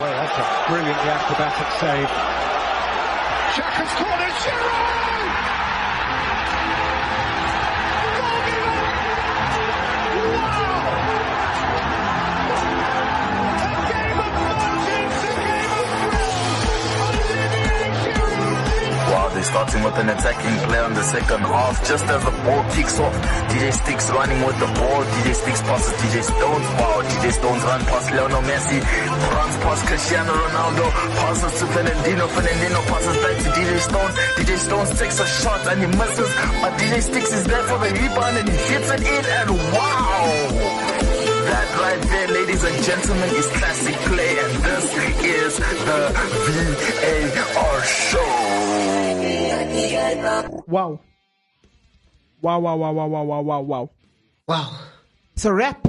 Well, that's a brilliantly acrobatic save. Jack has cornered Giroud! They starting with an attacking play on the second half. Just as the ball kicks off, DJ Sticks running with the ball. DJ Sticks passes DJ Stones. Wow, DJ Stones run past Lionel Messi, runs past Cristiano Ronaldo, passes to Fernandino. Fernandino passes back to DJ Stones. DJ Stones takes a shot and he misses, but DJ Sticks is there for the rebound and he hits it in. And wow, that right there, ladies and gentlemen, is classic play, and this is the VAR show. Wow. Wow, wow, wow, wow, wow, wow, wow, wow. Wow, It's a wrap.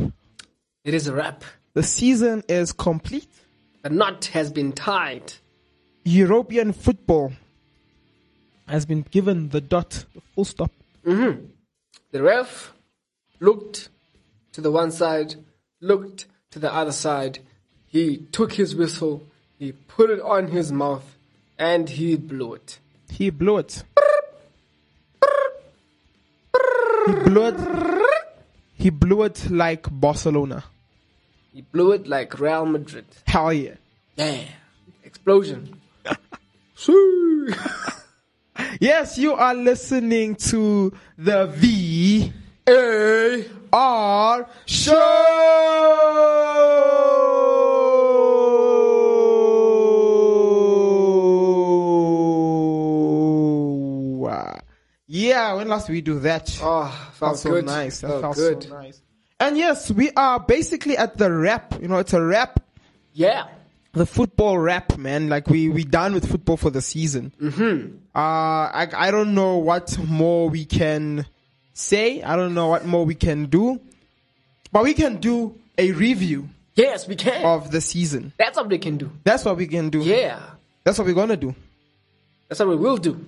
it is a wrap. The season is complete. The knot has been tied. European football has been given the dot, the full stop. The ref looked to the one side, looked to the other side. He took his whistle, he put it on his mouth, and he blew it. He blew it. He blew it. He blew it like Barcelona. He blew it like Real Madrid. Hell yeah. Yeah. Explosion. Yes, you are listening to the V Hey. R Show. Yeah, when last we do that? Oh, felt felt so good. nice. That Felt felt good. so nice. And yes, we are basically at the wrap. You know, it's a wrap. Yeah. The football wrap, man. Like we we done with football for the season. Mm-hmm. Uh, I I don't know what more we can say. I don't know what more we can do, but we can do a review Yes, we can. of the season. That's what we can do. That's what we can do. Yeah. That's what we're gonna do That's what we will do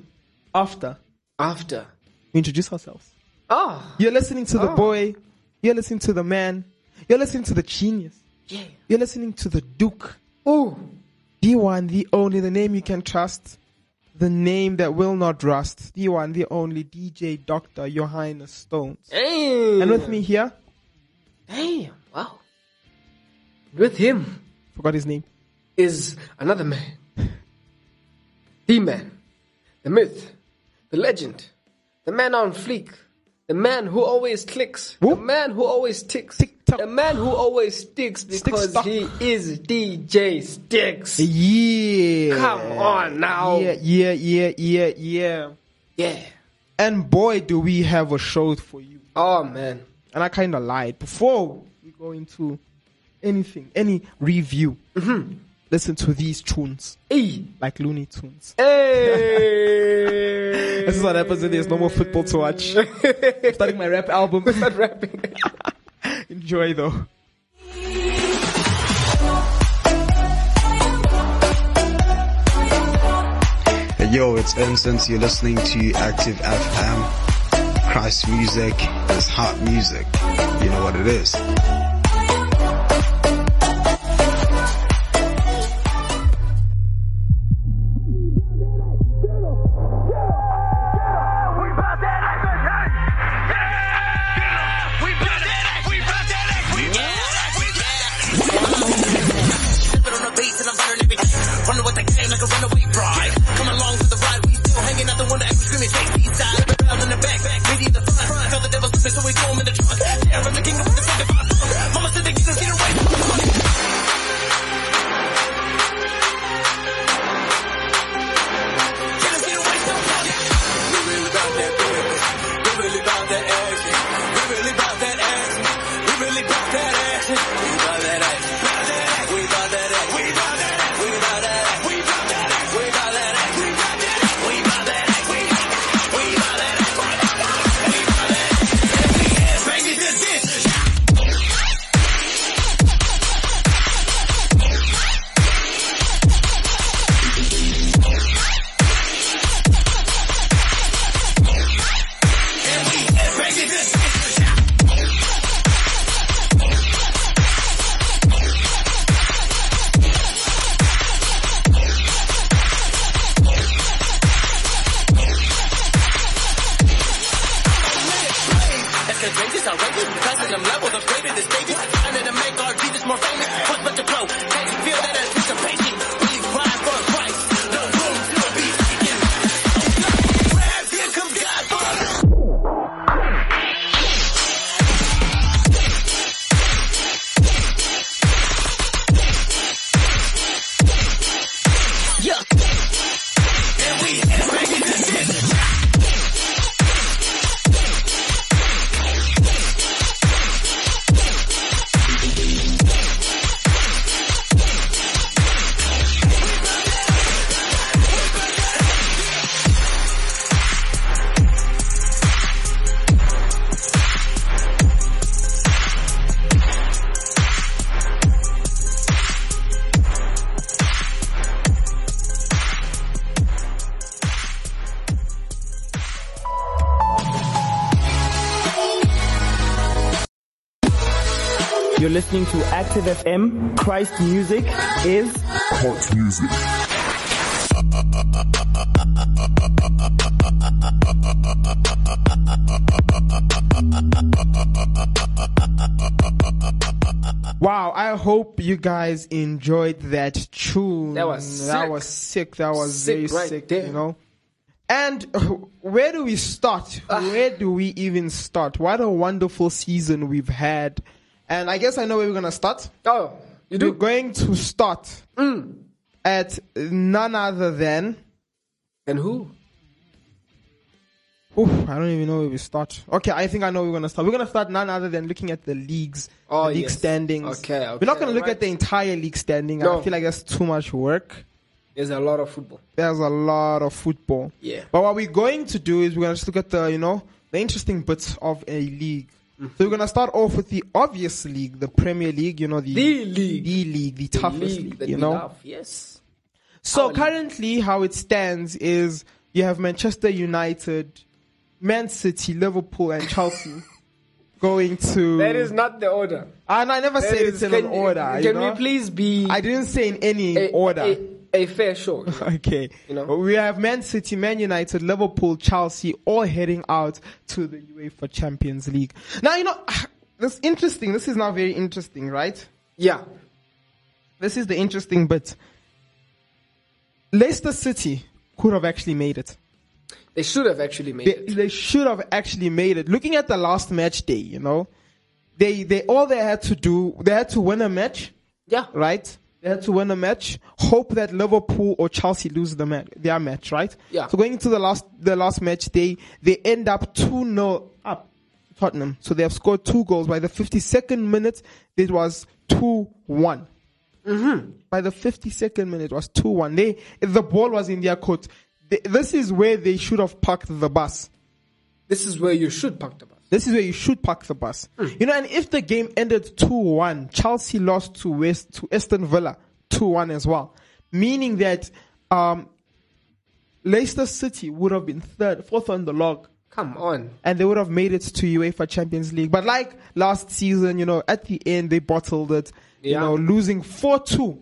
after after. we introduce ourselves. Oh, You're listening to the Oh. boy. You're listening to the man. You're listening to the genius. yeah. You're listening to the Duke. Ooh. The one, the only, the name you can trust, the name that will not rust. The one, the only DJ Doctor Your Highness Stones. Damn. And with me here, Damn. Wow. With him. forgot his name. is another man. The man. The myth. The legend. The man on fleek. The man who always clicks. Whoop. The man who always ticks. Tick-tock. The man who always sticks because Stick-stock. he is DJ Sticks. Yeah. Come on now. Yeah, yeah, yeah, yeah, yeah. Yeah. And boy, do we have a show for you. Oh man. And I kind of lied. Before we go into anything, any review, Mm-hmm. listen to these tunes, Hey. like Looney Tunes. Hey. This is what happens when there's no more football to watch. I'm starting my rap album. Start rapping. Enjoy though. Yo, it's Instance. You're listening to Active FM. Christ music is hot music. You know what it is. We bout that action. We bout that action. We bout that action. We bout that action. We bout that action. listening to Active FM. Christ Music is Hot music. Wow, I hope you guys enjoyed that tune. That was that sick. was sick. That was Sick very right sick, there. you know. And where do we start? Ah. Where do we even start? What a wonderful season we've had. And I guess I know where we're going to start. Oh, you We're do? Mm. going to start at none other than And who? Oof, I don't even know where we start. Okay, I think I know where we're gonna start. We're gonna start none other than looking at the leagues, Oh, the league yes. standings. Okay, we're not okay, gonna look alright. at the entire league standing. I No. feel like that's too much work. There's a lot of football. There's a lot of football. Yeah. But what we're going to do is we're gonna just look at the you know the interesting bits of a league. Mm-hmm. So we're gonna start off with the obvious league, the Premier League. You know the The league. the league, the toughest league. that you we know. love. Yes. So currently, how it stands is you have Manchester United, Man City, Liverpool, and Chelsea going to. That is not the order. And I never That said is- it's in can an you- order. Can you know? we please Eh, be I didn't say in any a, order. A, a fair show. okay. You know? But we have Man City, Man United, Liverpool, Chelsea all heading out to the UEFA Champions League. Now you know this interesting. This is now very interesting, right? yeah. This is the interesting bit. Leicester City could have actually made it. They should have actually made they, it. they should have actually made it. Looking at the last match day, you know, they they all they had to do they had to win a match, Yeah. right? They had to win a match. Hope that Liverpool or Chelsea lose the match, their match, right? Yeah. So going into the last the last match day, they end up two 0 up to Tottenham. So they have scored two goals by the fifty second minute. It was two one. By the 52nd minute, it was 2 1. They The ball was in their court. They- this is where they should have parked the bus. This is where you should park the bus. This is where you should park the bus. You know, and if the game ended 2-1, Chelsea lost to West to Aston Villa 2-1 as well, meaning that um, Leicester City would have been third, fourth on the log, Come on. and they would have made it to UEFA Champions League. But like last season, you know, at the end they bottled it, you Yeah. know, losing 4-2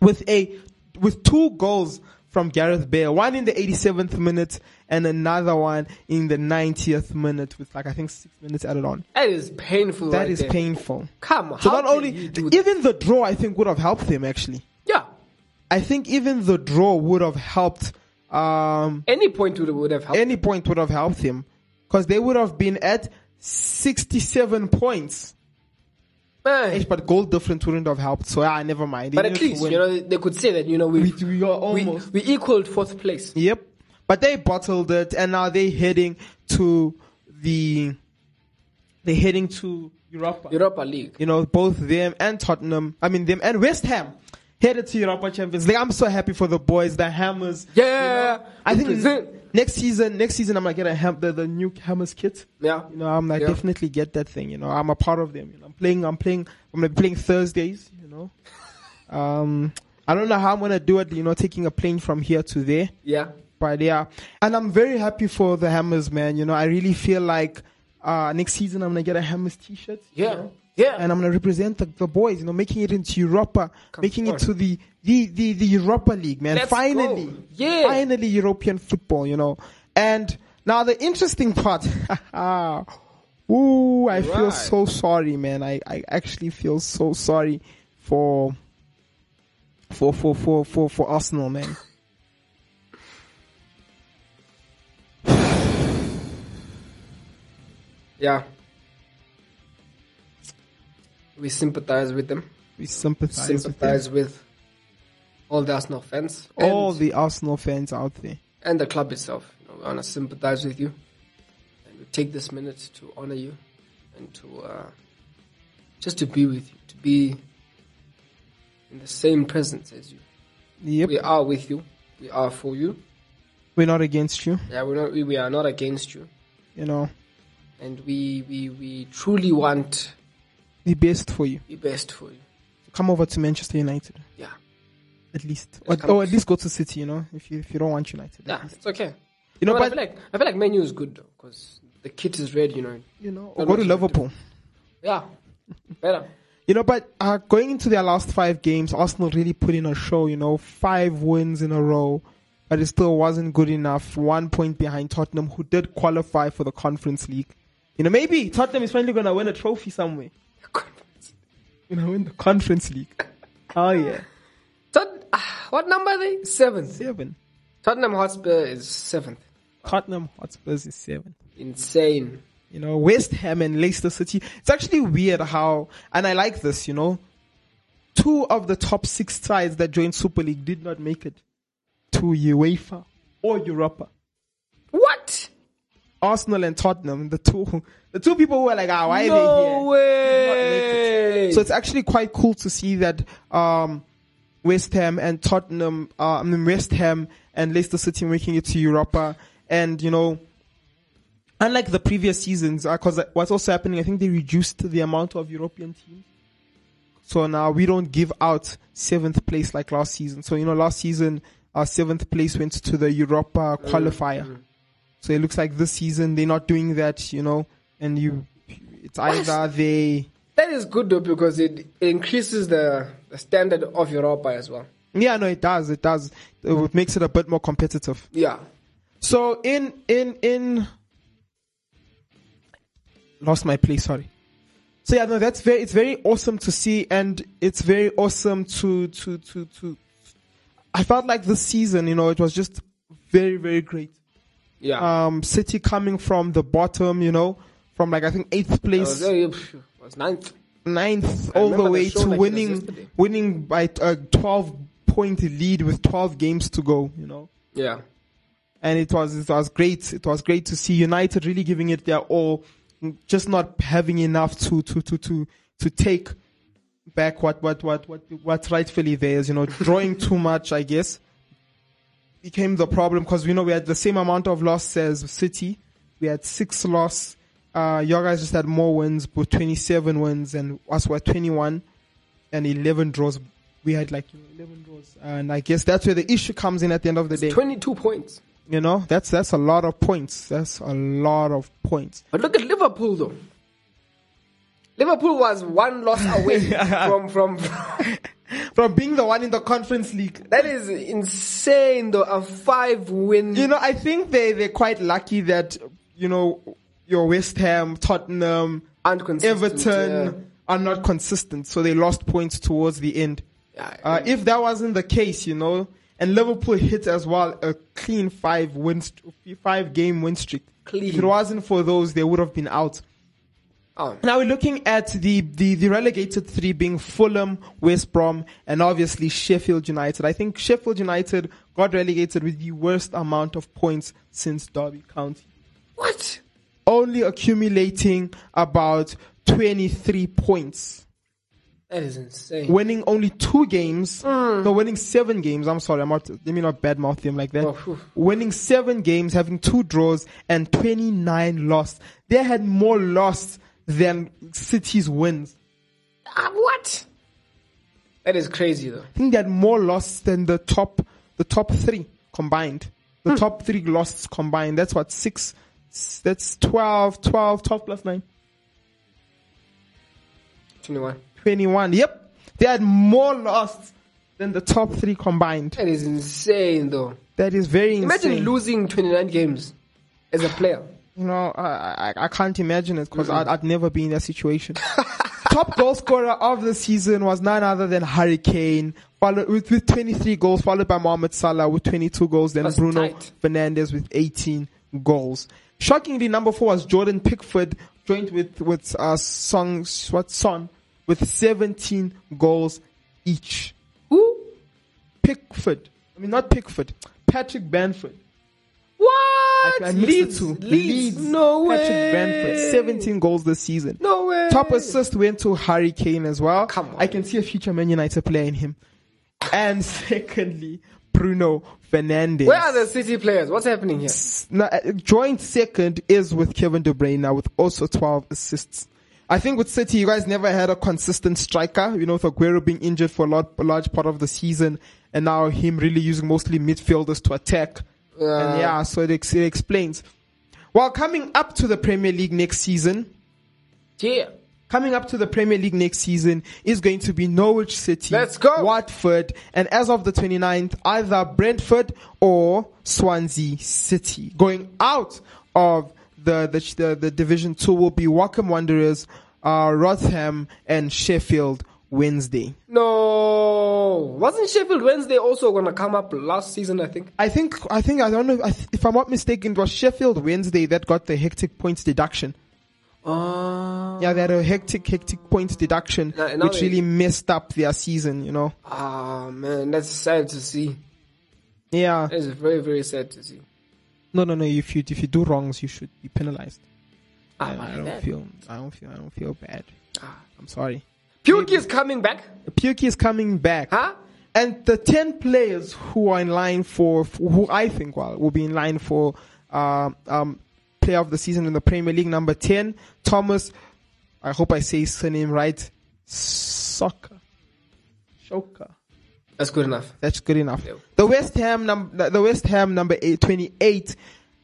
with a with two goals from Gareth Bale, one in the 87th minute and another one in the 90th minute with like I think 6 minutes added on. That is painful. That right is there. painful. Come on. So how not can only you do that? even the draw I think would have helped them actually. Yeah. I think even the draw would have helped um Any point would, would have helped. any point would have helped him because they would have been at 67 points. Man. But goal difference wouldn't have helped. So, ah, never mind. They But needed at to least, win. you know, they could say that, you know, we, we, we are almost. we, we equaled fourth place. yep. But they bottled it and now they're heading to the. They're heading to Europa. Europa League. You know, both them and Tottenham. I mean, them and West Ham headed to Europa Champions League. I'm so happy for the boys, the Hammers. Yeah. I think Represent. next season, next season, I'm gonna get a ham, the, the new Hammers kit. Yeah. You know, I'm I Yeah. definitely get that thing. You know, I'm a part of them. You know, I'm playing. I'm playing. I'm gonna be playing Thursdays. You know, um, I don't know how I'm gonna do it. You know, taking a plane from here to there, Yeah. but yeah. And I'm very happy for the Hammers, man. You know, I really feel like uh, next season I'm gonna get a Hammers t-shirt. you Yeah. know, Yeah. And I'm gonna represent the, the boys, you know, making it into Europa, making on. it to the, the, the, the Europa League, man. Let's finally, go. Yeah. finally European football, you know. And now the interesting part, ooh, I feel Right. so sorry, man. I, I actually feel so sorry for for for for for, for Arsenal, man. Yeah. We sympathize with them. We sympathize, Sympathize with all the Arsenal fans. with them. all and, the Arsenal fans out there. and the club itself. You know, we want to sympathize with you. And we take this minute to honor you and to uh, just to be with you, to be in the same presence as you. Yep, We are with you. We are for you. we're not against you, Yeah, we're not, we, we are not against you. you know. And we, we, we truly want The best for you. the best for you. come over to Manchester United Yeah. at least, or, Just come- or at least go to City. You know, if you if you don't want United, at Yeah, least. it's okay. you know, But I but, feel like I feel like menu is good though, because the kit is red, you know. you know, not or go to much Liverpool. Yeah, Better. You know, but uh, going into their last five games, Arsenal really put in a show. You know, five wins in a row, but it still wasn't good enough. One point behind Tottenham, who did qualify for the Conference League. You know, maybe Tottenham is finally gonna win a trophy somewhere. You know, win the Conference League. Oh yeah, Tot- ah, what number are they? Seventh. seven. Tottenham Hotspur is seventh. Tottenham Hotspurs is seven. Insane. You know, West Ham and Leicester City. It's actually weird how, and I like this, you know, two of the top six sides that joined Super League did not make it to UEFA or Europa. What? Arsenal and Tottenham, the two, the two people who are like, ah, why are they here? No way. So it's actually quite cool to see that um, West Ham and Tottenham, uh, I mean West Ham and Leicester City making it to Europa, and you know, unlike the previous seasons, because what's also happening, I think they reduced the amount of European teams. So now we don't give out seventh place like last season. So you know, last season our seventh place went to the Europa qualifier. So it looks like this season they're not doing that, you know, and you, it's either they. that is good though because it increases the, the standard of Europa as well. Yeah, no, it does. It does. It would- makes it a bit more competitive. Yeah. So in in in lost my place. Sorry. So yeah, no, that's very. It's very awesome to see, and it's very awesome to to to to. I felt like this season, you know, it was just very very great. Yeah. Um, City coming from the bottom, you know, from like I think eighth it was, place, very, phew, it was ninth. ninth, I all the remember way the show to like it was winning yesterday. winning by a twelve point lead with twelve games to go, you know Yeah. and it was it was great. It was great to see United really giving it their all, just not having enough to to to to to take back what what what what what's rightfully theirs. You know, drawing too much, I guess, became the problem because we know we had the same amount of losses as City. We had six loss. Uh, your guys just had more wins, but 27 wins, and us were 21 and 11 draws. We had like you know, 11 draws, and I guess that's where the issue comes in at the end of the day. 22 points. You know, that's that's a lot of points. That's a lot of points. But look at Liverpool though. Liverpool was one loss away from, from From being the one in the conference league. that is insane though. A five win You know, I think they they're quite lucky that you know your West Ham, Tottenham, and consistent, Everton are not consistent, so they lost points towards the end. Yeah. Uh, if that wasn't the case, you know, and Liverpool hit as well a clean five win, st- five game win streak. Clean. If it wasn't for those, they would have been out. Oh. Now we're looking at the, the, the relegated three being Fulham, West Brom, and obviously Sheffield United. I think Sheffield United got relegated with the worst amount of points since Derby County, What? only accumulating about 23 points That is insane. winning only two games. Mm. No, winning seven games. I'm sorry, I'm not. Let me not badmouth them like that. Oh, phew. winning seven games, having two draws and 29 lost. They had more lost than City's wins. Ah, what? That is crazy though. I think they had more lost than the top, the top three combined. The Hmm. top three losses combined. That's what six. s- That's 12, 12, 12 plus nine. 21. 21. Yep. They had more lost than the top three combined. That is insane though. That is very Imagine insane. losing 29 games as a player. You know, I, I, I can't imagine it because Mm-hmm. I'd, I'd never be in that situation. Top goal scorer of the season was none other than Harry Kane, followed with, with 23 goals, followed by Mohamed Salah with 22 goals, then That's Bruno tight. Fernandez with 18 goals. Shockingly, number four was Jordan Pickford, joined with with uh, Song what Son with 17 goals each. Who? Pickford, I mean not Pickford, Patrick Banford. What? I mixed Leeds, the two. Leeds. No way. Patrick Banford, 17 goals this season. No way. Top assist went to Harry Kane as well. Come on. I can see a future Man United player in him. And secondly, Bruno Fernandes. Where are the City players? What's happening here? No, uh, joint second is with Kevin De Bruyne now with also 12 assists. I think with City, you guys never had a consistent striker. You know, with Aguero being injured for a, lot, a large part of the season, and now him really using mostly midfielders to attack. and yeah, so it, ex- it explains. Well, coming up to the Premier League next season, Yeah. Coming up to the Premier League next season is going to be Norwich City, Let's go. Watford, and as of the 29th, either Brentford or Swansea City. Going out of the the, the, the Division 2 will be Wacom Wanderers, uh, Rotham, and Sheffield Wednesday. No, wasn't Sheffield Wednesday also gonna come up last season? I think. I think I think I don't know I th- if I'm not mistaken. It was Sheffield Wednesday that got the hectic points deduction. Uh, Yeah, they had a hectic hectic points deduction, No, no, which they- really messed up their season. You know. ah man, that's sad to see. Yeah. That is very very sad to see. No, no, no. If you if you do wrongs, you should be penalized. Ah, I my don't bad. Ah. feel. I don't feel. I don't feel bad. I'm sorry. Puke is coming back, Puke is coming back, huh? and the ten players who are in line for who I think will will be in line for um, um, player of the season in the Premier League. Number ten, Thomas. I hope I say his surname right. Soccer. Shoka. That's good enough. That's good enough. Yeah. The West Ham num- the the West Ham number eight, 28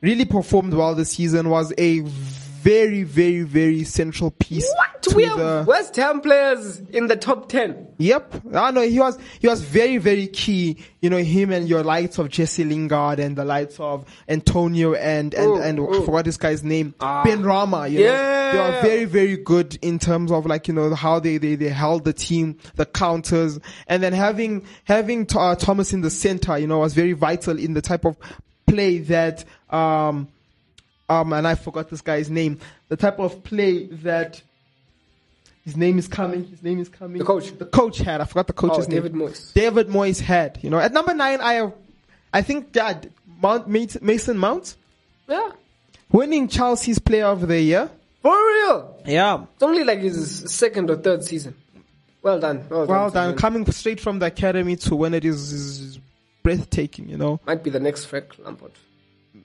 really performed well this season. Was a very very very central piece. What? to We have the- West Ham players in the top ten. Yep. I know he was he was very very key. You know him and your likes of Jesse Lingard and the likes of Antonio and and Ooh, and ooh. I forgot this guy's name Ben Rama. You know? oh. Ah. Yeah. They are very very good in terms of like you know how they they, they held the team, the counters, and then having having Th- uh, Thomas in the center. You know was very vital in the type of play that um um and I forgot this guy's name. The type of play that. His name is coming. His name is coming. The coach. The coach had. I forgot the coach's Oh, name. David Moyes. David Moyes had. You know, at number nine, I have, I think that Mount Mason Mount Yeah, winning Chelsea's Player of the Year. for real. Yeah. It's only like his second or third season. Well done. Well, Well done. done. Coming straight from the academy to win it is, is, is breathtaking. You know. Might be the next Frank Lampard.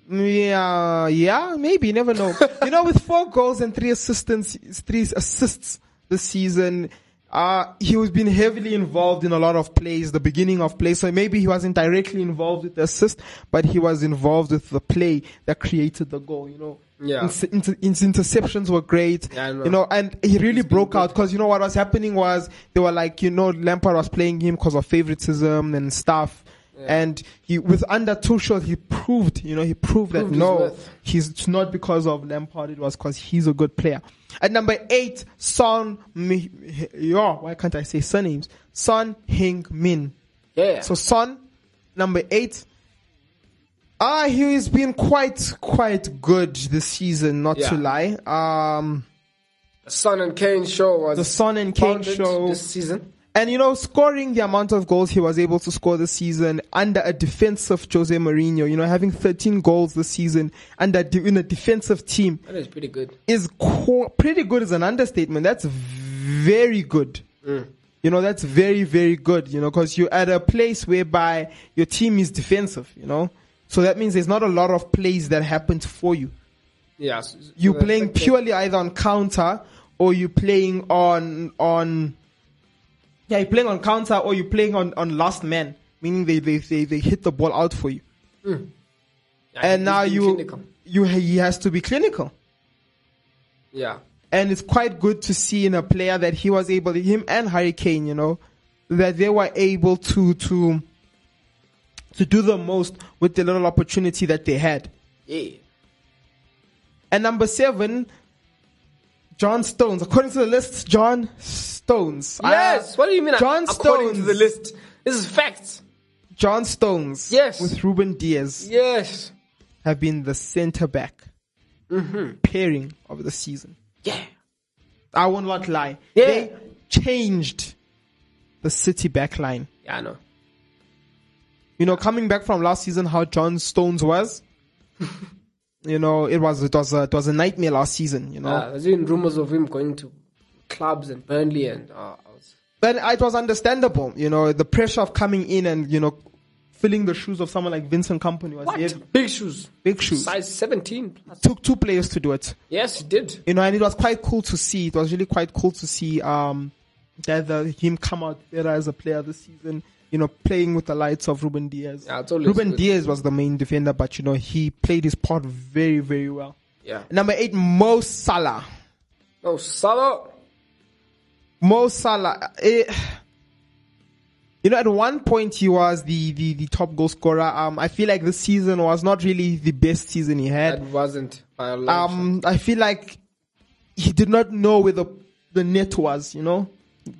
Yeah. Yeah. Maybe. You never know. you know, with four goals and three assists, three assists this season. Uh, he was been heavily involved in a lot of plays, the beginning of plays. So maybe he wasn't directly involved with the assist, but he was involved with the play that created the goal. You know, Yeah. Ins- inter- his interceptions were great. Yeah, I know. You know, and he really broke out because you know what was happening was they were like, you know, Lampard was playing him because of favoritism and stuff. And he, with under two shots, he proved, you know, he proved, Proved that his no, worth. he's it's not because of Lampard. It was because he's a good player. At number eight, Son, Mi, yo, why can't I say surnames? Son Hing Min. Yeah. So Son, number eight. Ah, he has been quite quite good this season, not to Yeah. lie. Um Son and Kane show was the Son and Kane founded show. this season. And you know, scoring the amount of goals he was able to score this season under a defensive Jose Mourinho, you know, having 13 goals this season under de- in a defensive team That is pretty good. is qu- pretty good is an understatement. That's very good. Mm. You know, that's very, very good, you know, because you're at a place whereby your team is defensive, you know. So that means there's not a lot of plays that happened for you. Yeah. so- so You're the playing fact that- purely either on counter or you're playing on, on, yeah, you're playing on counter or you're playing on, on last man, meaning they, they, they, they hit the ball out for you. Yeah, And he's now been you, clinical. you, he has to be clinical. Yeah. and it's quite good to see in a player that he was able, him and Harry Kane, you know, that they were able to to to do the most with the little opportunity that they had. Yeah. And number seven, John Stones. According to the list, John Stones. Yes. Uh, Ah, what do you mean? John according to Stones. the list, this is facts. John Stones. Yes. With Ruben Diaz Yes. have been the centre back Mm-hmm. pairing of the season. Yeah. I will not lie. Yeah. They changed the City back line. Yeah, I know. you know, coming back from last season, how John Stones was, you know, it was it was a, it was a nightmare last season, you know. Uh, there's been rumors of him going to clubs and Burnley and uh, I was- but it was understandable, you know, the pressure of coming in and you know, filling the shoes of someone like Vincent Company was what? heavy. Big shoes. big shoes. Size 17 plus. Took two players to do it, Yes, he did. you know, and it was quite cool to see. It was really quite cool to see um that the, him come out better as a player this season. You know, playing with the lights of Ruben Diaz. Yeah, it's always Ruben good. Diaz was the main defender, but you know he played his part very, very well. Yeah. Number eight, Mo Salah. Oh, Salah. Mo Salah. eh, you know, at one point he was the, the, the top goal scorer. Um, I feel like this season was not really the best season he That had. wasn't by a long shot. Um, I feel like he did not know where the the net was. You know,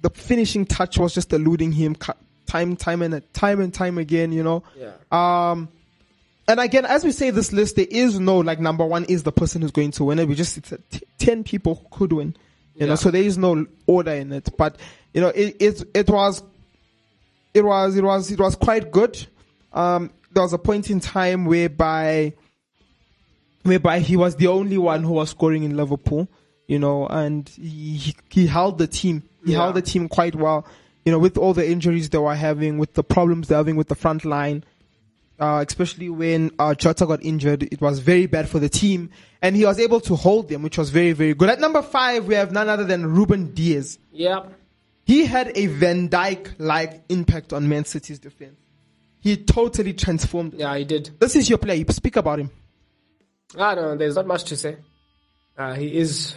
the finishing touch was just eluding him cu- time, time and time and time again. You know, Yeah. um, and again, as we say this list, there is no like number one is the person who's going to win it. We just it's uh, t- ten people who could win. You know, Yeah. so there is no order in it. But you know, it it, it was it was it was it was quite good. Um, there was a point in time whereby whereby he was the only one who was scoring in Liverpool, you know, and he he- he held the team. He Yeah. held the team quite well, you know, with all the injuries they were having, with the problems they're having with the front line. Uh, especially when uh, Jota got injured, it was very bad for the team, and he was able to hold them, which was very, very good. At number five, we have none other than Ruben Diaz. Yep. He had a Van Dyke-like impact on Man City's defense. He totally transformed. it. Yeah, he did. This is your player. You speak about him. I don't know. Ah, There's not much to say. Uh, he is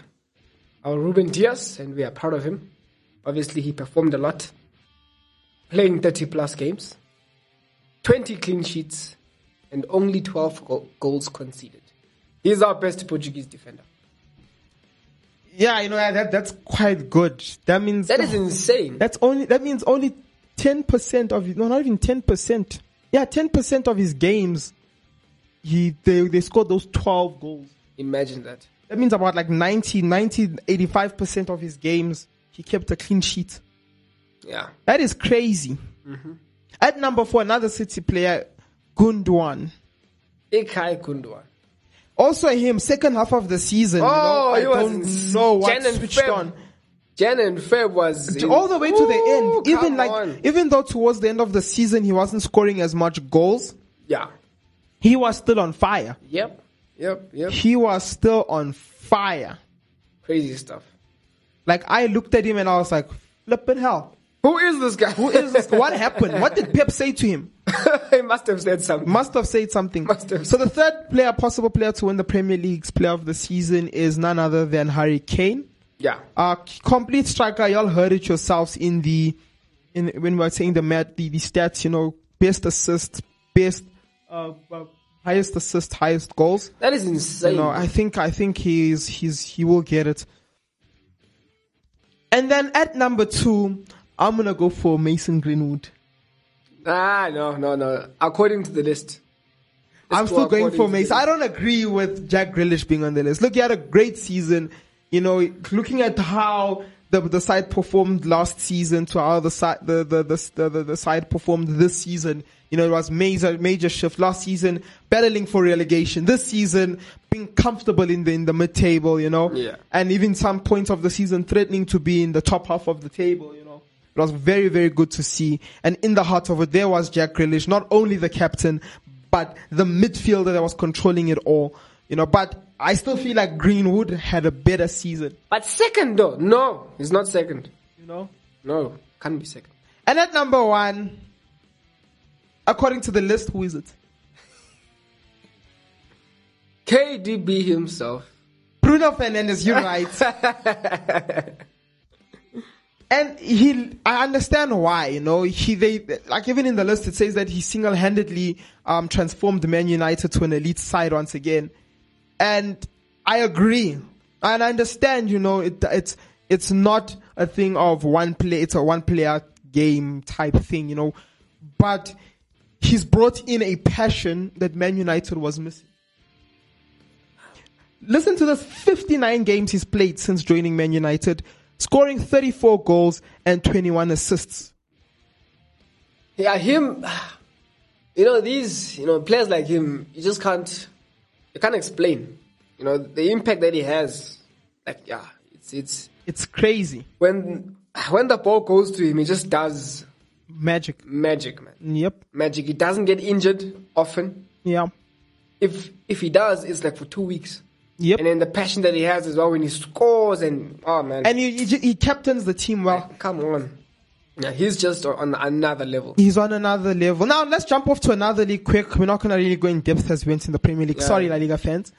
our Ruben Diaz, and we are proud of him. Obviously, he performed a lot, playing 30 plus games, 20 clean sheets, and only 12 go- goals conceded. He's our best Portuguese defender. Yeah, you know that that's quite good. That means That is insane. that's only that means only ten percent of no, not even ten percent. Yeah, ten percent of his games, he they they scored those twelve goals. Imagine that. That means about like 90, 90, 85 percent of his games, he kept a clean sheet. Yeah. That is crazy. Mm-hmm. At number four, another City player, Gunduan. Ikai Kundwa. Also him, second half of the season. Oh, you know, I he was don't in know what Jan and switched Feb. on. Jan and Feb was. to- all the way to the end. Ooh, Even come like, on. even though towards the end of the season he wasn't scoring as much goals, Yeah. he was still on fire. Yep. Yep. Yep. He was still on fire. Crazy stuff. Like I looked at him and I was like, flipping hell. Who is this guy? Who is this? what happened? What did Pep say to him? he must have said something. Must have said something. Must have. So the third player, possible player to win the Premier League's player of the season is none other than Harry Kane. Yeah. Uh, complete striker. Y'all heard it yourselves in the in when we were saying the mat the, the stats. You know, best assist, best uh, uh, highest assist, highest goals. That is insane. You know, I think I think he's he's he will get it. And then at number two, I'm gonna go for Mason Greenwood. ah, no, no, no. According to the list. I'm go still going according for to Mason. the- I don't agree with Jack Grealish being on the list. Look, he had a great season. You know, looking at how the the side performed last season to how the side the the the, the, the, the side performed this season. You know, it was major major shift last season, battling for relegation. This season, being comfortable in the in the mid table. You know, Yeah. and even some points of the season threatening to be in the top half of the table. You know. It was very, very good to see. And in the heart of it, there was Jack Grealish, not only the captain, but the midfielder that was controlling it all. You know, but I still feel like Greenwood had a better season. But second, though. No, he's not second. You know. No, can't be second. And at number one, according to the list, who is it? KDB himself. Bruno Fernandez, you're right. and he, I understand why, you know, he, they, like even in the list, it says that he single-handedly, um, transformed Man United to an elite side once again. And I agree. And I understand, you know, it, it's, it's not a thing of one play, it's a one player game type thing, you know, but he's brought in a passion that Man United was missing. Listen to this 59 games he's played since joining Man United, scoring 34 goals and 21 assists. Yeah, him. You know these. You know players like him. You just can't. You can't explain. You know the impact that he has. Like yeah, it's it's It's crazy. when when the ball goes to him, he just does Magic. magic, man. Yep. Magic. He doesn't get injured often. Yeah. If if he does, it's like for two weeks. Yep. And then the passion that he has as well when he scores and oh man, And he, he, ju- he captains the team well. come on, yeah, he's just on another level. He's on another level. Now, let's jump off to another league quick. We're not going to really go in depth as we went in the Premier League. Yeah. Sorry, La Liga fans.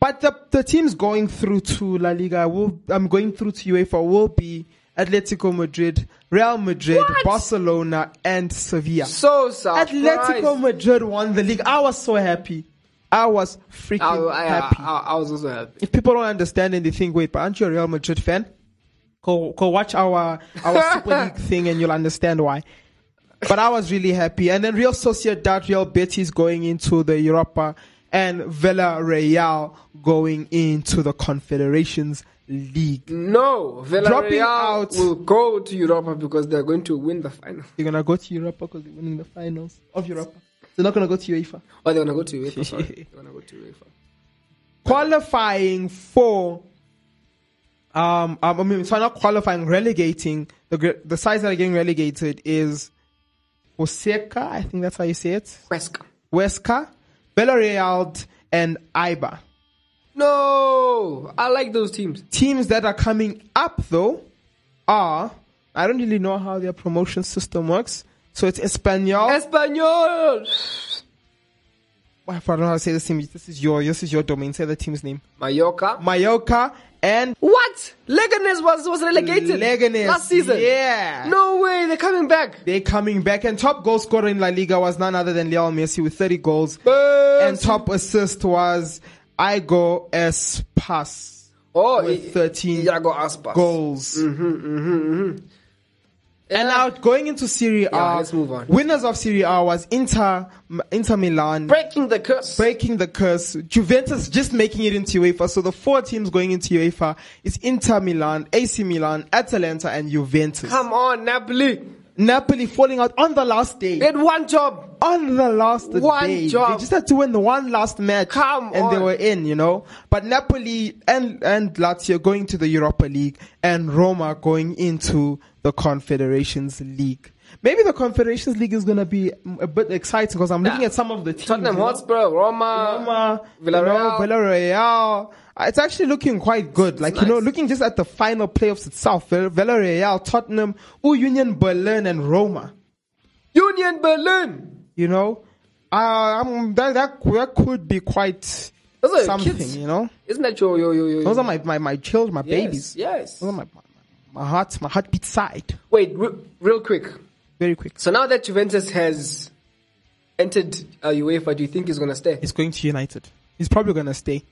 But the, the teams going through to La Liga, will, I'm going through to UEFA, will be Atletico Madrid, Real Madrid, Barcelona, and Sevilla. So surprised. Atletico Madrid won the league. I was so happy. I was freaking I, I, happy. I, I was also happy. if people don't understand and they think, wait, but aren't you a Real Madrid fan? Go, go watch our our Super League thing and you'll understand why. But I was really happy. And then Real Sociedad, Real Betis going into the Europa, and Villarreal going into the Confederations League. No, Dropping Villarreal out. will go to Europa because they're going to win the final. They're gonna go to Europa because they're winning the finals of Europa. They're not gonna go to UEFA. Oh, they're gonna go to UEFA. Sorry, they're gonna go to UEFA. qualifying for um, um I mean so not qualifying relegating the gr- the sides that are getting relegated is Oseka, I think that's how you say it. Huesca. Huesca, Villarreal and Iba. No, I like those teams. Teams that are coming up though are I don't really know how their promotion system works. So it's Espanyol. Espanol. Oh, I don't know how to say this team. This is your this is your domain. Say the team's name. Mallorca. Mallorca and what? Leganes was was relegated Leganes last season. Yeah. No way, they're coming back. They're coming back, and top goal scorer in La Liga was none other than Lionel Messi with 30 goals, and top assist was Igo Espas oh, with i- 13 Iago Aspas. goals. Mm-hmm. And now going into Serie A, Yeah, let's move on. winners of Serie A was Inter Inter Milan. Breaking the curse. Breaking the curse, Juventus just making it into UEFA. So the four teams going into UEFA is Inter Milan, AC Milan, Atalanta, and Juventus. Come on, Napoli. Napoli falling out on the last day. They had one job. on the last One day. job. They just had to win the one last match. Come and they on. were in, you know. But Napoli and and Lazio going to the Europa League and Roma going into the Confederations League. Maybe the Confederations League is going to be mm, a bit exciting because I'm looking at some of the teams. Tottenham you know. Hotspur, Roma. Roma, Villarreal. Villarreal. Villarreal. It's actually looking quite good. like, you know, nice. looking just at the final playoffs itself, Vill- Villarreal, Tottenham, ooh, Union Berlin and Roma Union Berlin. you know uh, um, that, that that could be quite Those are your something kids. you know Isn't that your your your? your those are my my, my children my yes, babies Yes. those are my, my my heart my heart beats side Wait, re- real quick. very quick So now that Juventus has entered uh, UEFA, do you think he's gonna stay? he's going to united he's probably going to stay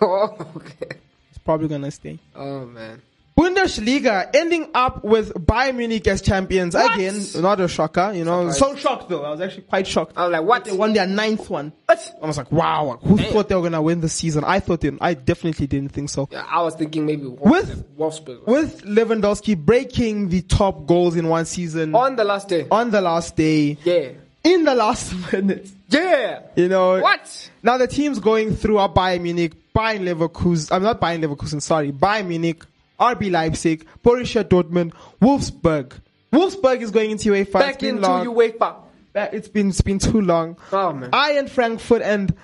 oh, okay. he's probably going to stay Oh man. Bundesliga ending up with Bayern Munich as champions again. Not a shocker, you know. So shocked though. I was actually quite shocked. I was like, what? They won their ninth one. What? I was like, wow. Who thought they were gonna win this season? I thought they. I definitely didn't think so. Yeah, I was thinking maybe Wolf- With- Wolfsburg with Lewandowski breaking the top goals in one season on, on the last day. the last day, yeah. in the last minute. Yeah. You know What? Now the teams going through are Bayern Munich, Bayern Leverkusen. I'm not Bayern Leverkusen. Sorry, Bayern Munich, RB Leipzig, Borussia Dortmund, Wolfsburg. Wolfsburg is going into UEFA. Back It's been into long. UEFA. Back- It's been it's been too long. Oh, man. Bayern Frankfurt and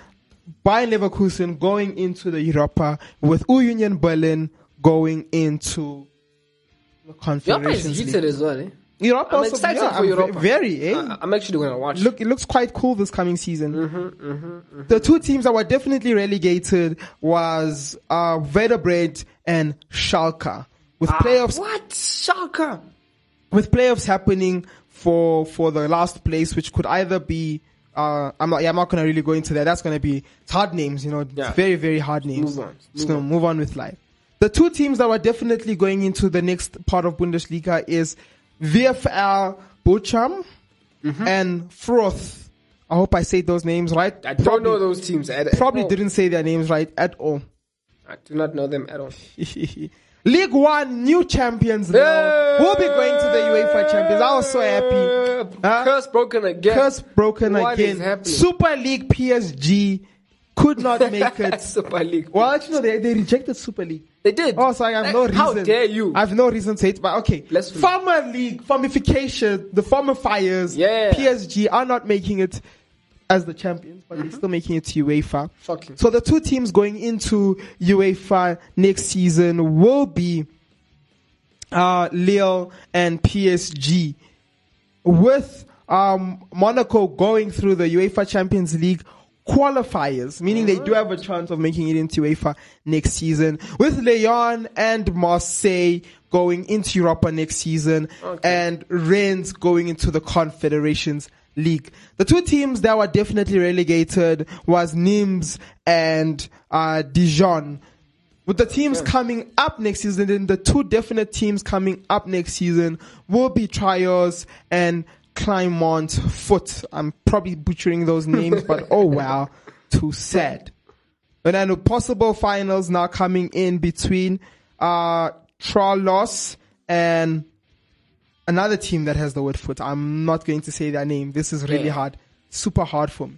Bayern Leverkusen going into the Europa with Union Berlin going into the Europa Confederations is heated League. as well. Eh? Europa I'm also- excited yeah, for Uh, I'm ve- Europa. Very, eh? I- I'm actually gonna watch. Look, it looks quite cool this coming season. Mm-hmm, The two teams that were definitely relegated was uh, Vertebrate and Schalke, with Ah, playoffs What? Schalke. with playoffs happening for for the last place, which could either be. Uh, I'm not. Yeah, I'm not gonna really go into that. That's gonna be it's hard names, you know. It's Yeah. very very hard names. move on. Just gonna move on with life. The two teams that were definitely going into the next part of Bundesliga is VfL Bochum Mm-hmm. and Froth. I hope I say those names right. I don't Probably- know those teams. At, at Probably all. didn't say their names right at all. I do not know them at all. League One, new champions. now. We'll be going to the UEFA Champions. I was so happy. Huh? Curse broken again. Curse broken What is again. happening? Super League PSG could not make it. Super League. well, actually, no, they, they rejected Super League. They did. Oh, so I have no Like, reason. Eh, How dare you? I have no reason to hate, but okay. Let's- Farmer League, Farmification, the Farmer Fires, Yeah. PSG are not making it as the champions, but they're still making it to UEFA. Shocking. So the two teams going into UEFA next season will be uh, Lille and PSG, with um, Monaco going through the UEFA Champions League, qualifiers, meaning they do have a chance of making it into UEFA next season, with Leon and Marseille going into Europa next season, and Rennes going into the Confederations League. The two teams that were definitely relegated was Nimes and uh, Dijon. With the teams coming up next season, then the two definite teams coming up next season will be Trios and Clermont Foot. I'm probably butchering those names, but oh well, too sad. And then the possible finals now coming in between uh Trolos and another team that has the word foot. I'm not going to say their name. This is really Yeah. hard, super hard for me.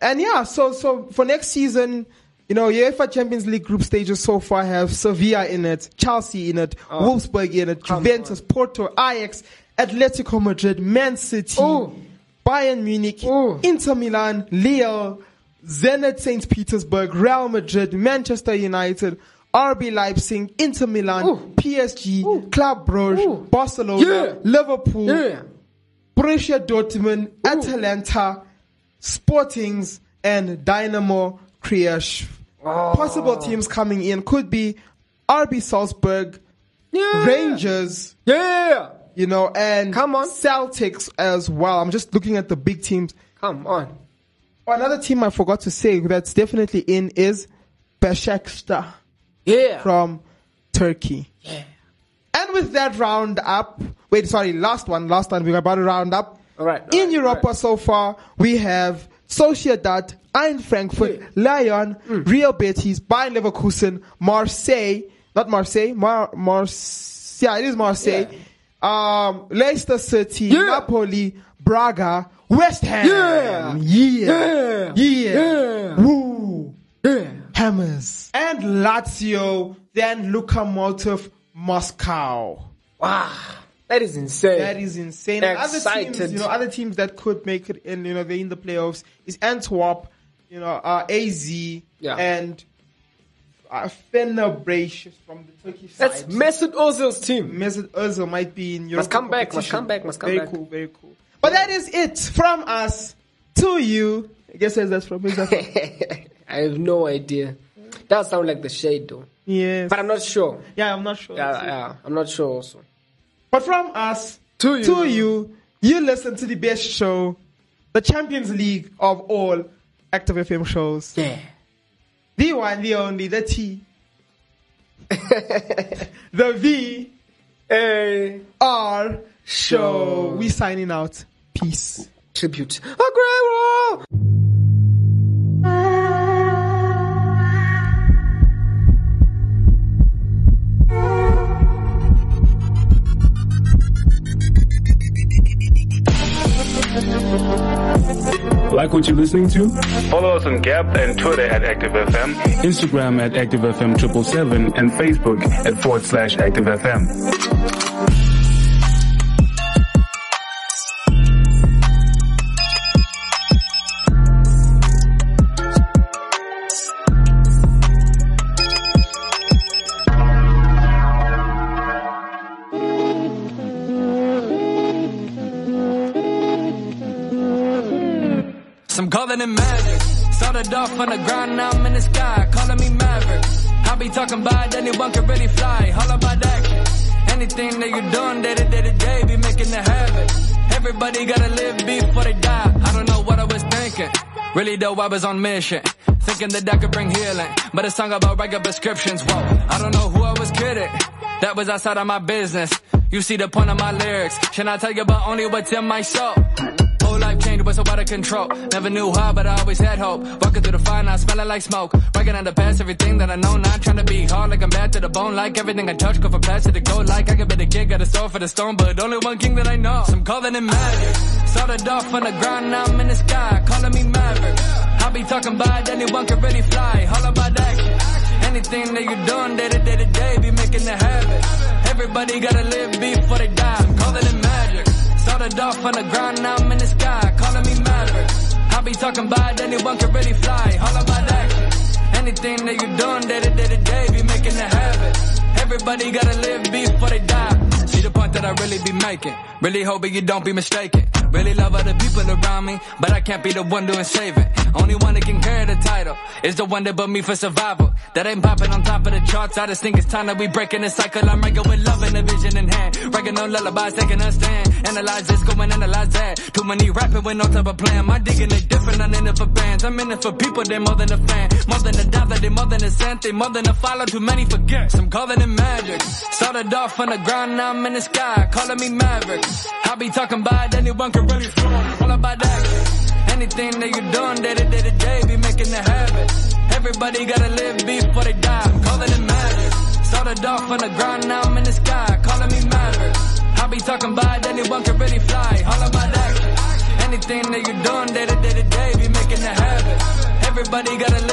And yeah, so so for next season, you know, UEFA Champions League group stages so far have Sevilla in it, Chelsea in it, Oh. Wolfsburg in it, Juventus, Porto, Ajax, Atletico Madrid, Man City, Ooh. Bayern Munich, Ooh. Inter Milan, Lille, Zenit St. Petersburg, Real Madrid, Manchester United, RB Leipzig, Inter Milan, Ooh. PSG, Club Brugge, Ooh. Barcelona, Yeah. Liverpool, Yeah. Borussia Dortmund, Atalanta, Sportings, and Dynamo Krish. Oh. Possible teams coming in could be RB Salzburg, Yeah. Rangers, Yeah. you know, and Come on. Celtics as well. I'm just looking at the big teams. Come on. Oh, Another team I forgot to say that's definitely in is Besiktas Yeah. from Turkey. And with that round up, wait, sorry, last one, last one, we're about to round up. All right, all in right, Europa all right. so far, we have Sociedad, Eintracht Frankfurt, Lyon, Mm. Real Betis, Bayern Leverkusen, Marseille, not Marseille, Mar- Marseille, yeah, it is Marseille, um, Leicester City, Yeah. Napoli, Braga, West Ham. Yeah. Yeah. Yeah. Yeah. Yeah. Woo. Yeah. Hammers. And Lazio, then Luka Molotov, Moscow. Wow. That is insane. That is insane. And Other teams, Excited. you know, other teams that could make it in, you know, they're in the playoffs is Antwerp, you know, uh, AZ, Yeah. and uh, Fenerbahce from the Turkish side. That's Mesut Ozil's team. Mesut Ozil might be in Europe. come back, must come back, must come very back. cool, very cool. But that is it from us to you. I guess where's that's from. Where's that from? I have no idea. That sounds like the shade though. yes. But I'm not sure. yeah, I'm not sure. Yeah, That's it. yeah, I'm not sure also. But from us To you. to you, you listen to the best show, the Champions League of all Active FM shows. Yeah. The one, the only, the T, the V Hey. R show. Show. We signing out. Peace. Tribute. Aguero! Like what you're listening to? Follow us on Gap and Twitter at Active FM. Instagram at ActiveFM777 and Facebook at forward slash ActiveFM. Some calling it magic. Started off on the grind, now I'm in the sky. Calling me Maverick. I be talking about anyone can really fly. All about action. Anything that you doing day to day to day, be making it happen. Everybody gotta live before they die. I don't know what I was thinking. Really though, I was on mission. Thinking that I could bring healing. But a song about regular prescriptions. Whoa, I don't know who I was kidding. That was outside of my business. You see the point of my lyrics. Should I tell you about only what's in my soul? Whole life changed, was so out of control. Never knew how, but I always had hope. Walking through the fire, now smelling like smoke. Breaking out the past, everything that I know. Not trying to be hard, like I'm bad to the bone. Like everything I touch, go from plastic to gold. Like I could be the kid, got a soul for the stone, but only one king that I know. Some calling it magic. Started off on the grind, now I'm in the sky, calling me Maverick. I be talking about anyone can really fly. All about action. Anything that you're doing day to day to day, be making it happen. Everybody gotta live before they die. I'm calling it magic. Started off on the grind, now I'm in the sky, calling me Maverick. I be talking about anyone can really fly, all about action. Anything that you doing day to day to day, be making it happen. Everybody gotta live before they die. See the point that I really be making. Really hoping you don't be mistaken. Really love other people around me, but I can't be the one doing saving. Only one that can carry the title is the one that but me for survival. That ain't popping on top of the charts. I just think it's time that we breaking the cycle. I'm regular with love and a vision in hand. Wrecking no lullabies, taking a stand. Analyze this, go and analyze that. Too many rapping with no type of plan. My digging is different. I'm in it for bands. I'm in it for people. They're more than a fan, more than a dollar. They're more than a cent. They more than a follow. Too many forget. I'm calling it magic. Started off on the ground, now I'm in the sky. Calling me maverick. I be talking about anyone can really fly. All about that. Anything that you done day to day to day, be making a habit. Everybody gotta live before they die. I'm calling it magic. Started off on the ground, now I'm in the sky. Calling me maverick. I be talking about anyone can really fly. All about that. Anything that you done day to day to day, be making a habit. Everybody gotta live.